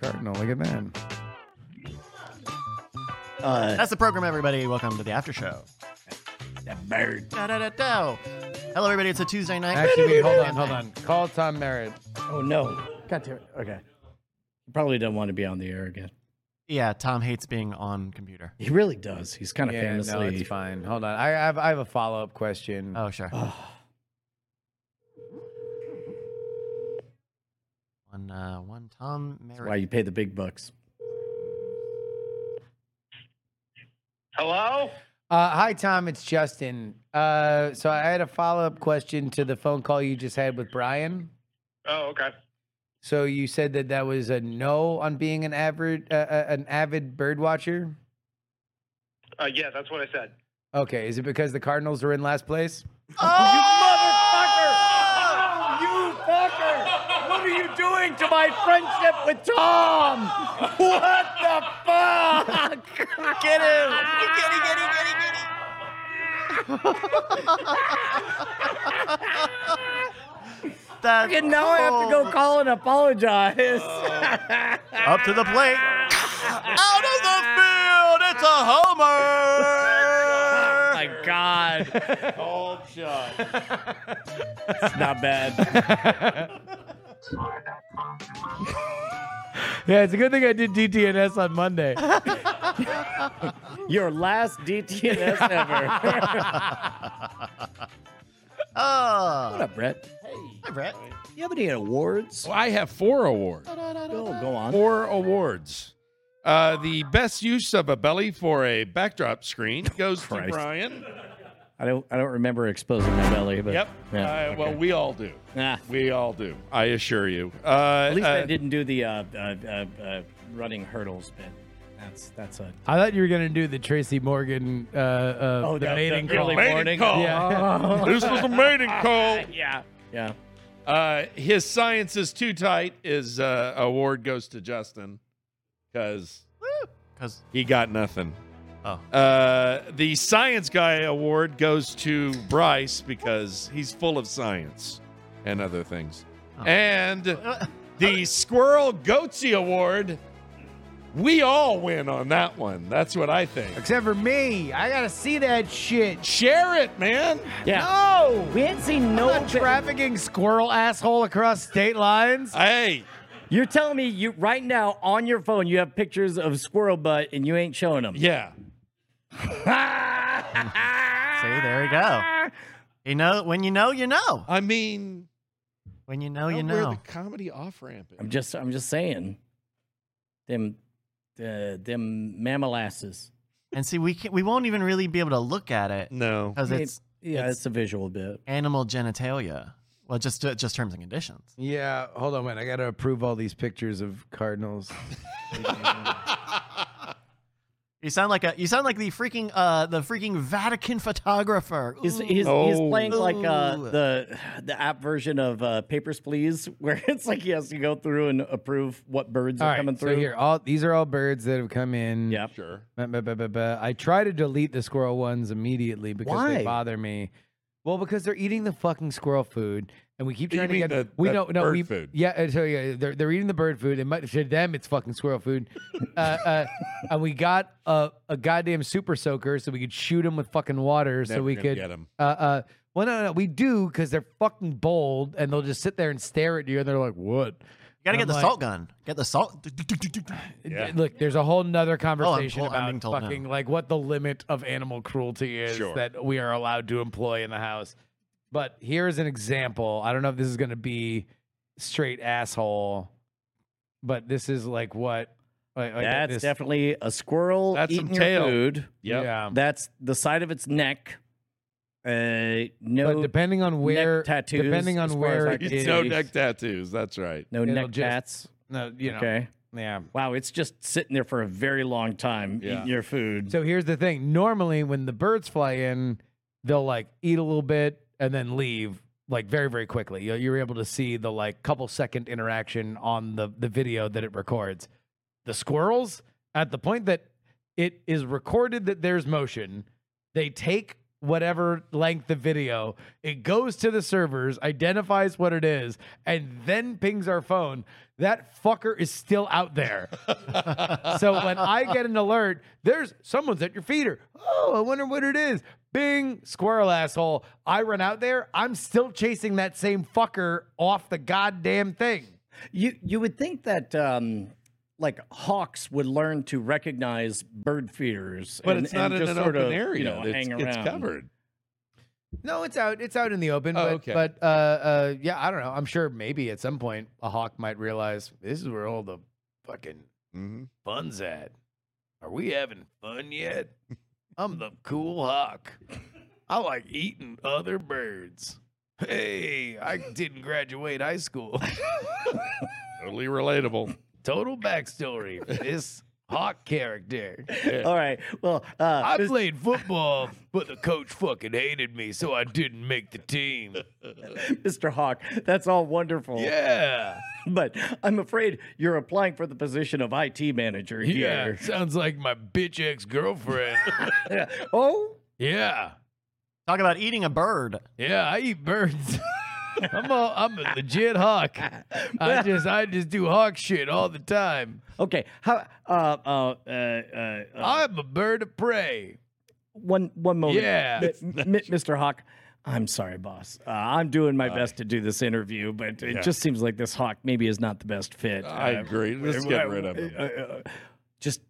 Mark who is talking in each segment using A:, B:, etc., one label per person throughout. A: Cardinal. Look at that.
B: Uh,
C: That's the program, everybody. Welcome to the after show.
B: that bird.
C: Da, da, da, da. Hello, everybody. It's a Tuesday night.
A: Actually, wait, hold on, hold on. Call Tom Merritt.
B: Oh no! God damn it. Okay. He Probably doesn't want to be on the air again.
C: Yeah, Tom hates being on computer.
B: He really does. He's kind of
A: Yeah, no,
B: famously.
A: it's fine. Hold on. I, I have, I have a follow up question.
C: Oh, sure. One, uh, one Tom
B: That's why
C: Merritt.
B: you pay the big bucks.
D: Hello?
A: Uh, hi, Tom. It's Justin. Uh, so I had a follow up question to the phone call you just had with Brian.
D: Oh, okay.
A: So you said that that was a no on being an avid, uh, uh, an avid bird watcher.
D: Uh, yeah, that's what I said.
A: Okay, is it because the Cardinals are in last place?
B: Oh! You fucker! What are you doing to my friendship with Tom? What the fuck?
C: Get him! Get him, get him, get him, get him. That's
B: And now I have to go
C: cold.
B: call and apologize. Oh
C: Up to the plate. Out of the field. It's a homer.
B: my god. Cold shot. It's not bad.
A: Yeah, it's a good thing I did DTNS on Monday.
B: Your last DTNS ever.
C: oh.
B: what up, Brett?
C: Hi, Brett.
B: You have any awards?
E: Well, I have four awards.
B: Oh, go on.
E: Four awards. Uh, the best use of a belly for a backdrop screen goes to
B: Christ.
E: Brian.
B: I don't. I don't remember exposing my belly, but
E: Yep.
B: Yeah,
E: Uh,
B: okay.
E: Well, we all do.
B: Ah,
E: We all do. I assure you. Uh,
B: at least I
E: uh,
B: didn't do the uh, uh, uh, uh, running hurdles bit. That's that's a
A: I thought you were gonna do the Tracy Morgan uh, uh,
B: Oh, the-
A: mating
B: the
A: call.
B: early
E: Mating
B: morning.
E: call.
A: Yeah.
E: this was a mating call.
B: yeah, yeah.
E: Uh, his science is too tight. His uh, award goes to Justin because
C: Because
E: he got nothing.
C: Oh.
E: Uh, the science guy award goes to Bryce because he's full of science and other things.
C: Oh.
E: And the squirrel goatsy award, we all win on that one. That's what I think.
A: Except for me, I gotta see that shit.
E: Share it, man.
B: Yeah.
A: No,
B: We ain't seen
A: I'm
B: no.
A: not
B: bi-
A: trafficking squirrel asshole across state lines.
E: Hey,
B: You're telling me you right now on your phone you have pictures of squirrel butt and you ain't showing them.
E: yeah.
C: see, there you go. You know, when you know, you know.
E: I mean,
C: When you know,
E: I
C: you
E: don't know where
C: know.
E: the comedy off ramp is.
B: I'm just I'm just saying, them, uh, them mammalasses.
C: And see, we can, we won't even really be able to look at it
E: No.
C: because
B: It-
C: it's
B: yeah,
C: it's-
B: it's, a visual bit.
C: animal genitalia. Well, just uh, just terms and conditions.
A: Yeah, hold on, man. I gotta approve all these pictures of Cardinals.
C: You sound like a you sound like the freaking uh the freaking Vatican photographer.
B: He's,
C: Ooh.
B: he's, he's
E: Oh.
B: playing like uh,
C: Ooh.
B: the the app version of uh, Papers Please, where it's like he has to go through and approve what birds
A: All
B: are
A: right,
B: coming through.
A: so here, all these are all birds that have come in.
B: Yep.
E: Sure.
A: Ba- ba- ba- ba- ba. I try to delete the squirrel ones immediately because they
B: Why?
A: bother me. Well, because they're eating the fucking squirrel food, and we keep
E: You
A: trying
E: mean
A: to get
E: the-
A: we
E: the
A: know no
E: bird
A: we
E: food?
A: yeah uh, so yeah they're they're eating the bird food and mu- to them it's fucking squirrel food, uh, uh, and we got a, a goddamn super soaker so we could shoot them with fucking water so
E: Never
A: we
E: gonna
A: could
E: get 'em.
A: uh uh well no no we do because they're fucking bold and they'll just sit there and stare at you and they're like what
C: you gotta get
A: I'm
C: the
A: like-
C: salt gun. Get the salt.
E: Yeah.
A: Look, there's a whole nother conversation
B: Oh,
C: told- I'm being
A: about
C: told
A: fucking like what the limit of animal cruelty is
E: Sure.
A: that we are allowed to employ in the house. But here's an example. I don't know if this is going to be straight asshole, but this is like what. Like, like
B: That's
A: this-
B: definitely a squirrel
E: That's some
B: eating your
E: tail.
B: food.
E: Yep.
A: Yeah.
B: That's the side of its neck. Uh, no,
A: but depending on where,
B: tattoos
A: depending
B: as
A: on
B: far
A: where
B: as I
A: it
B: can
A: is,
E: It's no neck tattoos. That's right.
B: no
A: it'll
B: neck
A: just-
B: tats.
A: no, you know,
B: Okay.
A: yeah.
B: Wow, it's just sitting there for a very long time
E: Yeah.
B: eating your food.
A: So here's the thing. Normally, when the birds fly in, they'll like eat a little bit and then leave like very very quickly. You- You're able to see the like couple second interaction on the the video that it records. The squirrels, at the point that it is recorded that there's motion, they take whatever length of video. It goes to the servers, identifies what it is, and then pings our phone. That fucker is still out there. so when I get an alert, there's someone's at your feeder. Oh, I wonder what it is. Bing, squirrel asshole. I run out there. I'm still chasing that same fucker off the goddamn thing.
B: You you would think that um, like hawks would learn to recognize bird feeders,
E: But
B: and-
E: it's not
B: and
E: in
B: just
E: an
B: sort
E: open
B: of,
E: area.
B: You know,
E: it's,
B: hang
E: it's
B: around.
E: covered.
A: No, it's out. It's out in the open.
E: Oh,
A: but
E: okay.
A: but uh, uh, yeah, I don't know. I'm sure maybe at some point a hawk might realize this is where all the fucking
E: Mm-hmm.
A: fun's at. Are we having fun yet? I'm the cool hawk. I like eating other birds. Hey, I didn't graduate high school.
E: Totally relatable.
A: Total backstory for this hawk character.
B: All right. Well, uh,
A: I
B: this-
A: played football, but the coach fucking hated me, so I didn't make the team.
B: Mr. Hawk, that's all wonderful.
A: Yeah.
B: But I'm afraid you're applying for the position of IT manager here.
A: sounds like my bitch ex girlfriend.
B: oh,
A: yeah,
C: Talk about eating a bird.
A: yeah, I eat birds. I'm a, I'm a legit hawk. I just I just do hawk shit all the time.
B: okay. How? Uh, uh, uh, uh, uh,
A: I'm a bird of prey.
B: one one moment.
A: Yeah.
B: M- M- Mr. Hawk. I'm sorry, boss. Uh, I'm doing my best to do this interview, but it just seems like this hawk maybe is not the best fit.
E: I
B: Uh,
E: agree. Let's get rid of
B: Uh,
E: him.
B: uh, just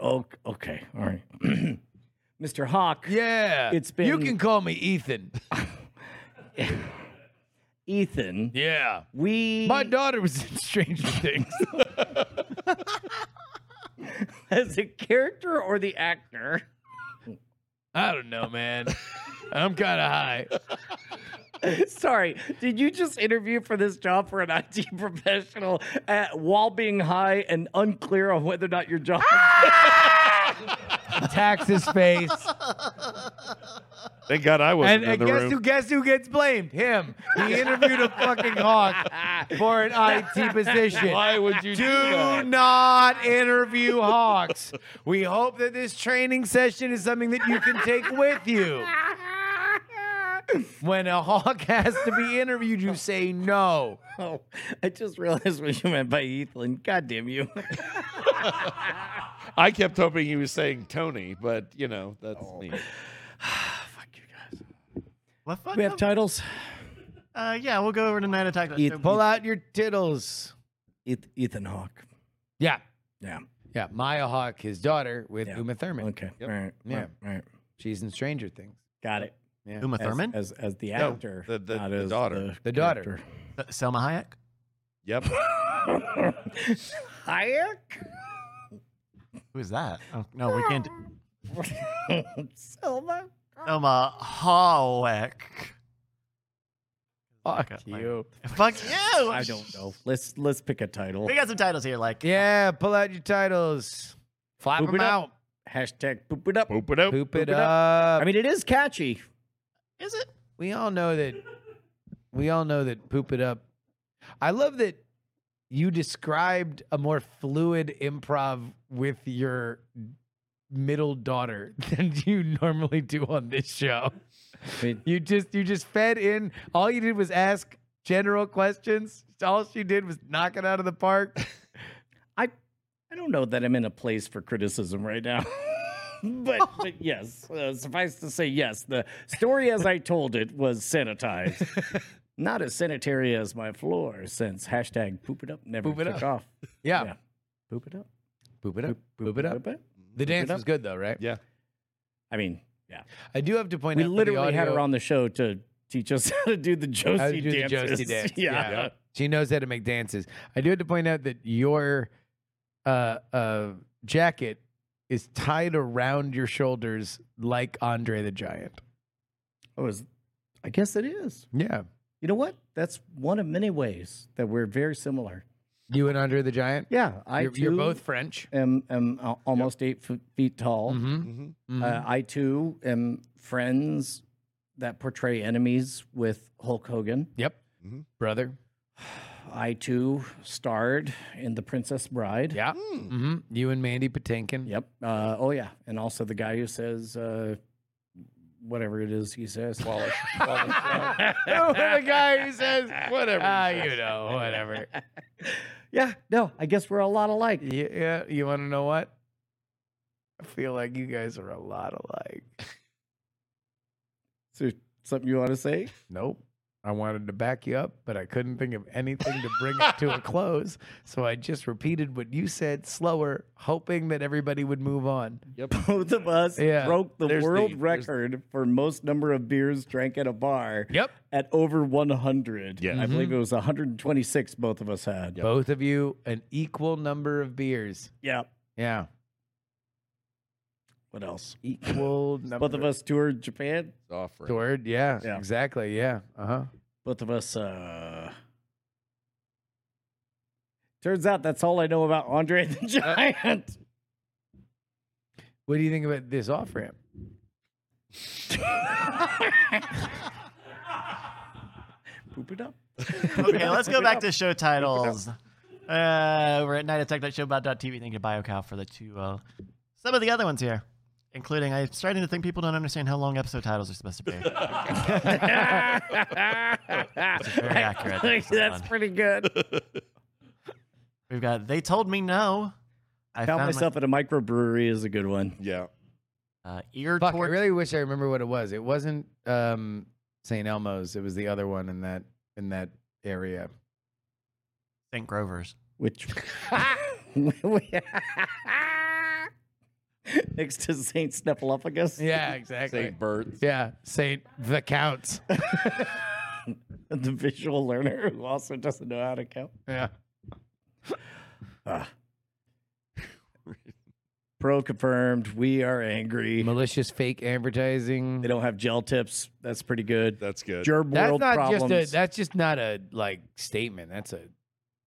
B: oh, okay, all right, Mr. Hawk.
A: Yeah,
B: It's
A: you
B: been-
A: can call me Ethan.
B: Ethan.
A: Yeah,
B: We
A: my daughter was in Stranger Things.
B: as a character or the actor.
A: I don't know, man. I'm kind of high.
B: Sorry, did you just interview for this job for an IT professional at, while being high and unclear on whether or not your job?
A: Tax his face.
E: Thank God I
A: And,
E: wasn't in
A: and
E: the
A: guess
E: room.
A: who guess who gets blamed? Him. He interviewed a fucking hawk for an IT position.
E: Why would you do
A: Do
E: that?
A: not interview hawks. We hope that this training session is something that you can take with you. When a hawk has to be interviewed, you say no.
B: Oh, I just realized what you meant by Ethan. God damn you!
E: I kept hoping he was saying Tony, but you know that's me.
B: Fuck you guys.
C: What fuck
B: We have
C: the-
B: titles.
C: Uh, yeah, we'll go over to Night Attack.
B: Eat-
C: Uh,
A: Pull out your tittles.
B: Eth- Ethan Hawk.
A: Yeah.
B: Yeah.
A: Yeah. Maya Hawk, his daughter, with
B: Yeah.
A: Uma Thurman.
B: Okay.
A: Yep.
B: All right.
A: Yeah.
B: All right.
A: She's in Stranger Things.
B: Got it.
C: Uma
B: As-
C: Thurman,
B: as as, the
E: No,
B: actor,
E: the- the-
B: not
E: the
B: as
E: daughter.
A: The daughter.
B: character.
C: Uh, Selma Hayek.
E: Yep.
B: Hayek,
C: Who is that? Oh, no, we can't. do-
B: Selma.
C: Selma Hayek.
A: Fuck
C: Okay, fine.
A: you.
C: Fuck you.
B: I don't know. Let's let's pick a title.
C: We got some titles here, like
A: Yeah. Pull out your titles. Flap
B: Poop
A: them
B: it up.
A: out.
B: Hashtag poop it up.
E: Poop it up.
A: Poop it
B: it
A: up.
B: I mean, it is catchy.
C: is it?
A: we all know that we all know that poop it up i love that you described a more fluid improv with your middle daughter than you normally do on this show
B: I mean,
A: you just you just fed in all you did was ask general questions all she did was knock it out of the park
B: I I don't know that I'm in a place for criticism right now. But, but yes, uh, suffice to say, yes, the story as I told it was sanitized. Not as sanitary as my floor since hashtag poop it up never
A: Poop it
B: took
A: up.
B: off.
A: yeah,
B: Yeah. Poop it up.
A: poop it up poop it up
B: Poop it up.
A: the dance
B: up.
A: was good though right
E: Yeah.
B: I mean, yeah.
A: i do have to point
B: We
A: out for the
B: literally had her
A: audio-
B: on the show to teach us how to do the Josie
A: How to do the
B: dances.
A: Josie dance.
B: Yeah.
A: Yeah. She knows how to make dances. I do have to point out that your uh, uh, jacket is tied around your shoulders like Andre the Giant.
B: I was I guess it is.
A: Yeah.
B: You know what? That's one of many ways that we're very similar.
A: You and Andre the Giant?
B: Yeah, I
A: you're,
B: too
A: you're both French.
B: am am uh, almost eight f- feet tall.
A: Mm-hmm.
E: hmm
B: Uh, I too am friends that portray enemies with Hulk Hogan.
A: yep.
E: Mhm.
A: Brother.
B: I too starred in The Princess Bride.
A: Yeah. hmm You and Mandy Patinkin.
B: Yep. Uh, oh yeah, and also the guy who says uh, whatever it is he says. Wallace.
A: Oh, the guy who says
E: Whatever.
A: Ah, you know, whatever.
B: yeah, no, I guess we're a lot alike.
A: Y- Yeah, you want to know what? I feel like you guys are a lot alike.
B: So, something you want to say?
A: Nope. I wanted to back you up, but I couldn't think of anything to bring it to a close. So I just repeated what you said slower, hoping that everybody would move on.
B: Both of us
A: Yeah,
B: broke the
E: there's
B: world
E: the- there's-
B: record for most number of beers drank at a bar
A: Yep.
B: at over 100.
E: Yeah.
B: I believe it was 126 both of us had.
A: Both of you, an equal number of beers.
B: Yeah.
A: Yeah.
B: What else?
A: Equal number
B: Both of us toured Japan.
E: It's offering.
A: Word. Yeah,
B: Yeah.
A: Exactly. Yeah. Uh huh.
B: Both of us uh Turns out that's all I know about Andre the Giant.
A: What do you think about this off ramp?
B: Poop it up.
C: Okay, let's go back to show titles. Uh, we're at night attack that showbot.tv. Thank you to BioCow for the two. Uh, some of the other ones here, including I'm starting to think people don't understand how long episode titles are supposed to be. Very accurate.
B: Like, that's
C: That's
B: pretty good.
C: We've got They Told Me No. I
B: Found myself at a microbrewery is a good one.
E: Yeah.
C: my, uh, ear
A: Fuck, I
C: tort.
A: really wish I remember what it was. It wasn't um, St. Elmo's. It was the other one in that in that area.
C: St. Grover's.
B: Which next to Saint Snuffleupagus.
A: Yeah, exactly.
E: St. Bert's.
A: Yeah, Saint the Counts.
B: The visual learner who also doesn't know how to count.
A: yeah.
B: Ah. Pro confirmed. We are angry.
A: Malicious fake advertising.
B: They don't have gel tips. That's pretty good.
E: That's good.
B: Gerb
A: That's
B: world
A: not
B: problems.
A: just a. That's just not a like statement. That's a.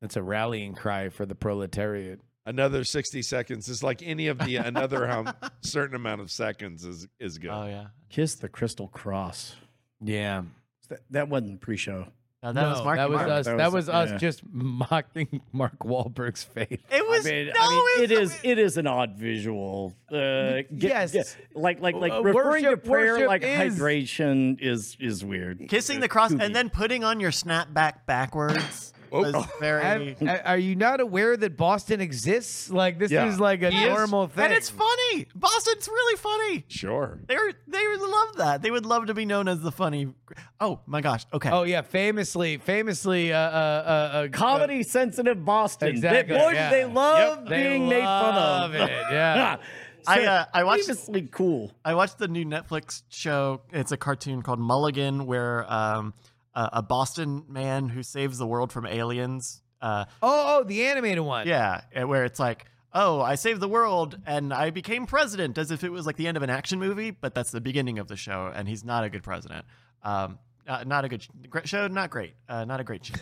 A: That's a rallying cry for the proletariat.
E: Another 60 seconds is like any of the another um, certain amount of seconds is is good.
C: Oh, yeah.
B: Kiss the Crystal Cross.
A: Yeah,
B: That, that wasn't pre-show.
C: No, that was Mark.
A: That was uh,
C: Mark.
A: us.
B: That
A: That was,
B: was-
A: us
B: yeah.
A: just mocking Mark Wahlberg's face.
C: It was.
B: I mean,
C: no,
B: I mean, it
C: it's-
B: is it is an odd visual. Uh, get-
A: Yes.
B: get- like like like
A: Uh,
B: referring
A: worship-
B: to prayer
A: worship
B: like
A: is-
B: hydration is is weird.
C: Kissing the cross
B: Kooky.
C: and then putting on your snapback backwards was very.
A: Have- a- are you not aware that Boston exists? Like this
E: Yeah.
A: is like a
C: Yes.
A: normal thing.
C: And it's funny. Boston's really funny.
E: Sure.
C: They were, they would love that. They would love to be known as the funny. Oh my gosh. Okay.
A: Oh yeah, famously, famously, uh, uh, uh, uh
B: Comedy sensitive Boston.
A: Exactly,
B: They, boy, do
A: yeah.
B: they love
A: uh,
B: being made fun of.
A: love it. Yeah,
C: I uh, I watched
B: Previously cool.
C: I watched the new Netflix show. It's a cartoon called Mulligan, where um a, a Boston man who saves the world from aliens. Uh,
A: Oh, oh, the animated one.
C: yeah, and where it's like. Oh, I saved the world and I became president as if it was like the end of an action movie, but that's the beginning of the show, and he's not a good president. Um, uh, not a good sh- great show, not great. Uh, not a great show.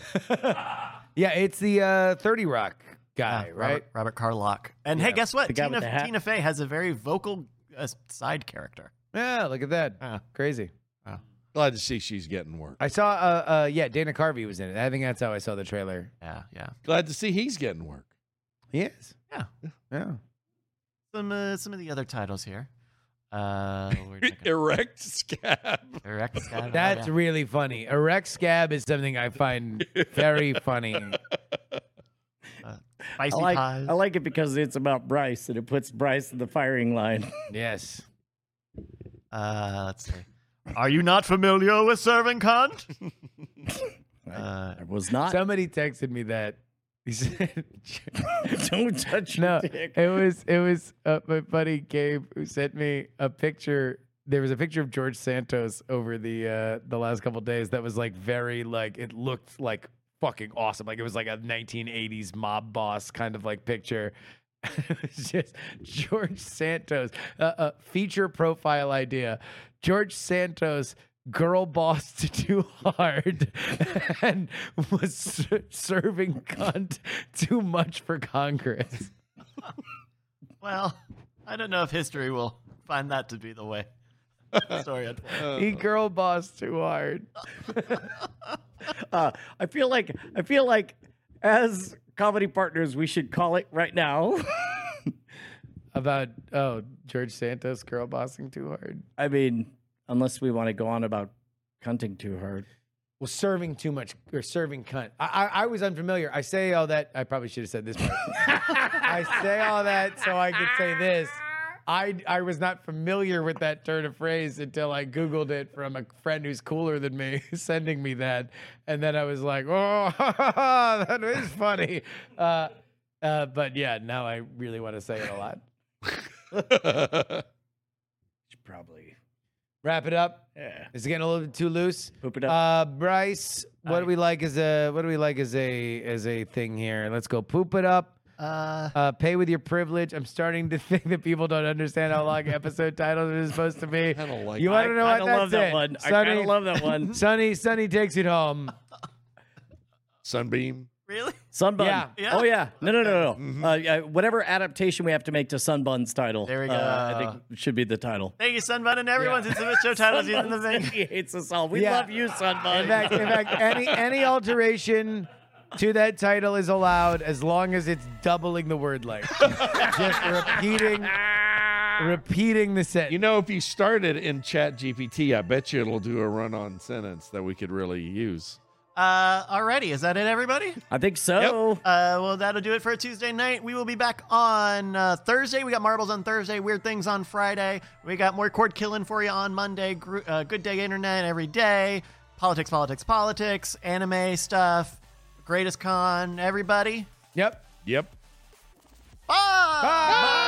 A: yeah. It's the uh, Thirty Rock
C: Yeah,
A: guy, right?
C: Uh, Ah, Robert, Robert Carlock. And hey, guess what?
B: the guy with the
C: Tina,
B: hat.
C: Tina Fey has a very vocal uh, side character.
A: Yeah, look at that.
C: Yeah.
A: Crazy.
E: Glad to see she's getting work.
A: I saw. Uh, uh, yeah, Dana Carvey was in it. I think that's how I saw the trailer.
C: Yeah, yeah.
E: Glad to see he's getting work.
A: He is.
C: Yeah.
A: Yeah.
C: Some uh, some of the other titles here. Uh, we're not gonna-
E: Erect scab.
C: Erect Scab-
A: That's
C: yeah.
A: really funny. Erect scab is something I find very funny.
B: I
C: spicy
B: like
C: pies.
B: I like it because it's about Bryce and it puts Bryce in the firing line.
A: Yes.
C: Uh, let's see. Are you not familiar with serving cunt? uh,
B: I was not.
A: Somebody texted me that. He said,
B: Don't touch
A: "No,
B: your dick.
A: it was it was uh, my buddy Gabe who sent me a picture. There was a picture of George Santos over the uh, the last couple days that was like very like it looked like fucking awesome. Like it was like a 1980s mob boss kind of like picture." it was just George Santos, uh, uh, feature profile idea. George Santos, girl boss to too hard, and was ser- serving cunt too much for Congress.
C: well, I don't know if history will find that to be the way. Sorry. I-
A: He girl boss too hard.
B: Uh, I feel like I feel like as comedy partners, we should call it right now.
A: About oh George Santos girl bossing too hard.
B: I mean, unless we want to go on about cunting too hard.
A: Well, serving too much or serving cunt. I, I, I was unfamiliar. I say all that. I probably should have said this. part. I say all that so I could say this. I, I was not familiar with that turn of phrase until I Googled it from a friend who's cooler than me sending me that. And then I was like, oh, that is funny. Uh, uh, but yeah, now I really want to say it a lot.
B: Should Probably.
A: Wrap it up.
B: Yeah.
A: It's getting a little bit too loose.
B: Poop it up.
A: Uh, Bryce, what do
B: Aye.
A: we like as a what do we like as a as a thing here? Let's go poop it up.
C: Uh,
A: Uh, pay with your privilege. I'm starting to think that people don't understand how long episode titles are supposed to be.
E: I don't like
A: You
E: that.
A: want to Uh, know
B: I
A: what?
B: kinda
A: That's
B: love that
A: it.
B: one. I
A: Sonny,
B: kind of love that one.
A: Sonny, Sonny takes it home.
E: Sunbeam.
C: really?
B: Sunbun.
A: Yeah.
C: Yeah. Mm-hmm.
B: Oh yeah. No, no, no, no.
E: Mhm.
B: Uh, yeah, whatever adaptation we have to make to Sunbun's title.
C: There we
B: uh, I
C: go.
B: think should be the title.
C: Thank you, Sunbun, and everyone since the show titles using the
B: Sunbun
C: thing.
B: said he hates us all. We
A: Yeah.
B: love you, Sunbun.
A: In fact, in fact, any any alteration to that title is allowed as long as it's doubling the word length. Just repeating, repeating the sentence.
E: You know, if you started in Chat GPT, I bet you it'll do a run on sentence that we could really use.
C: Uh, alrighty, is that it, everybody?
B: I think so.
C: Uh, well, that'll do it for Tuesday night. We will be back on uh, Thursday. We got marbles on Thursday, weird things on Friday. We got more cord killing for you on Monday. Gr- uh, good day internet every day. Politics, politics, politics. Anime stuff. Greatest con. Everybody.
A: yep.
E: Yep.
C: Bye.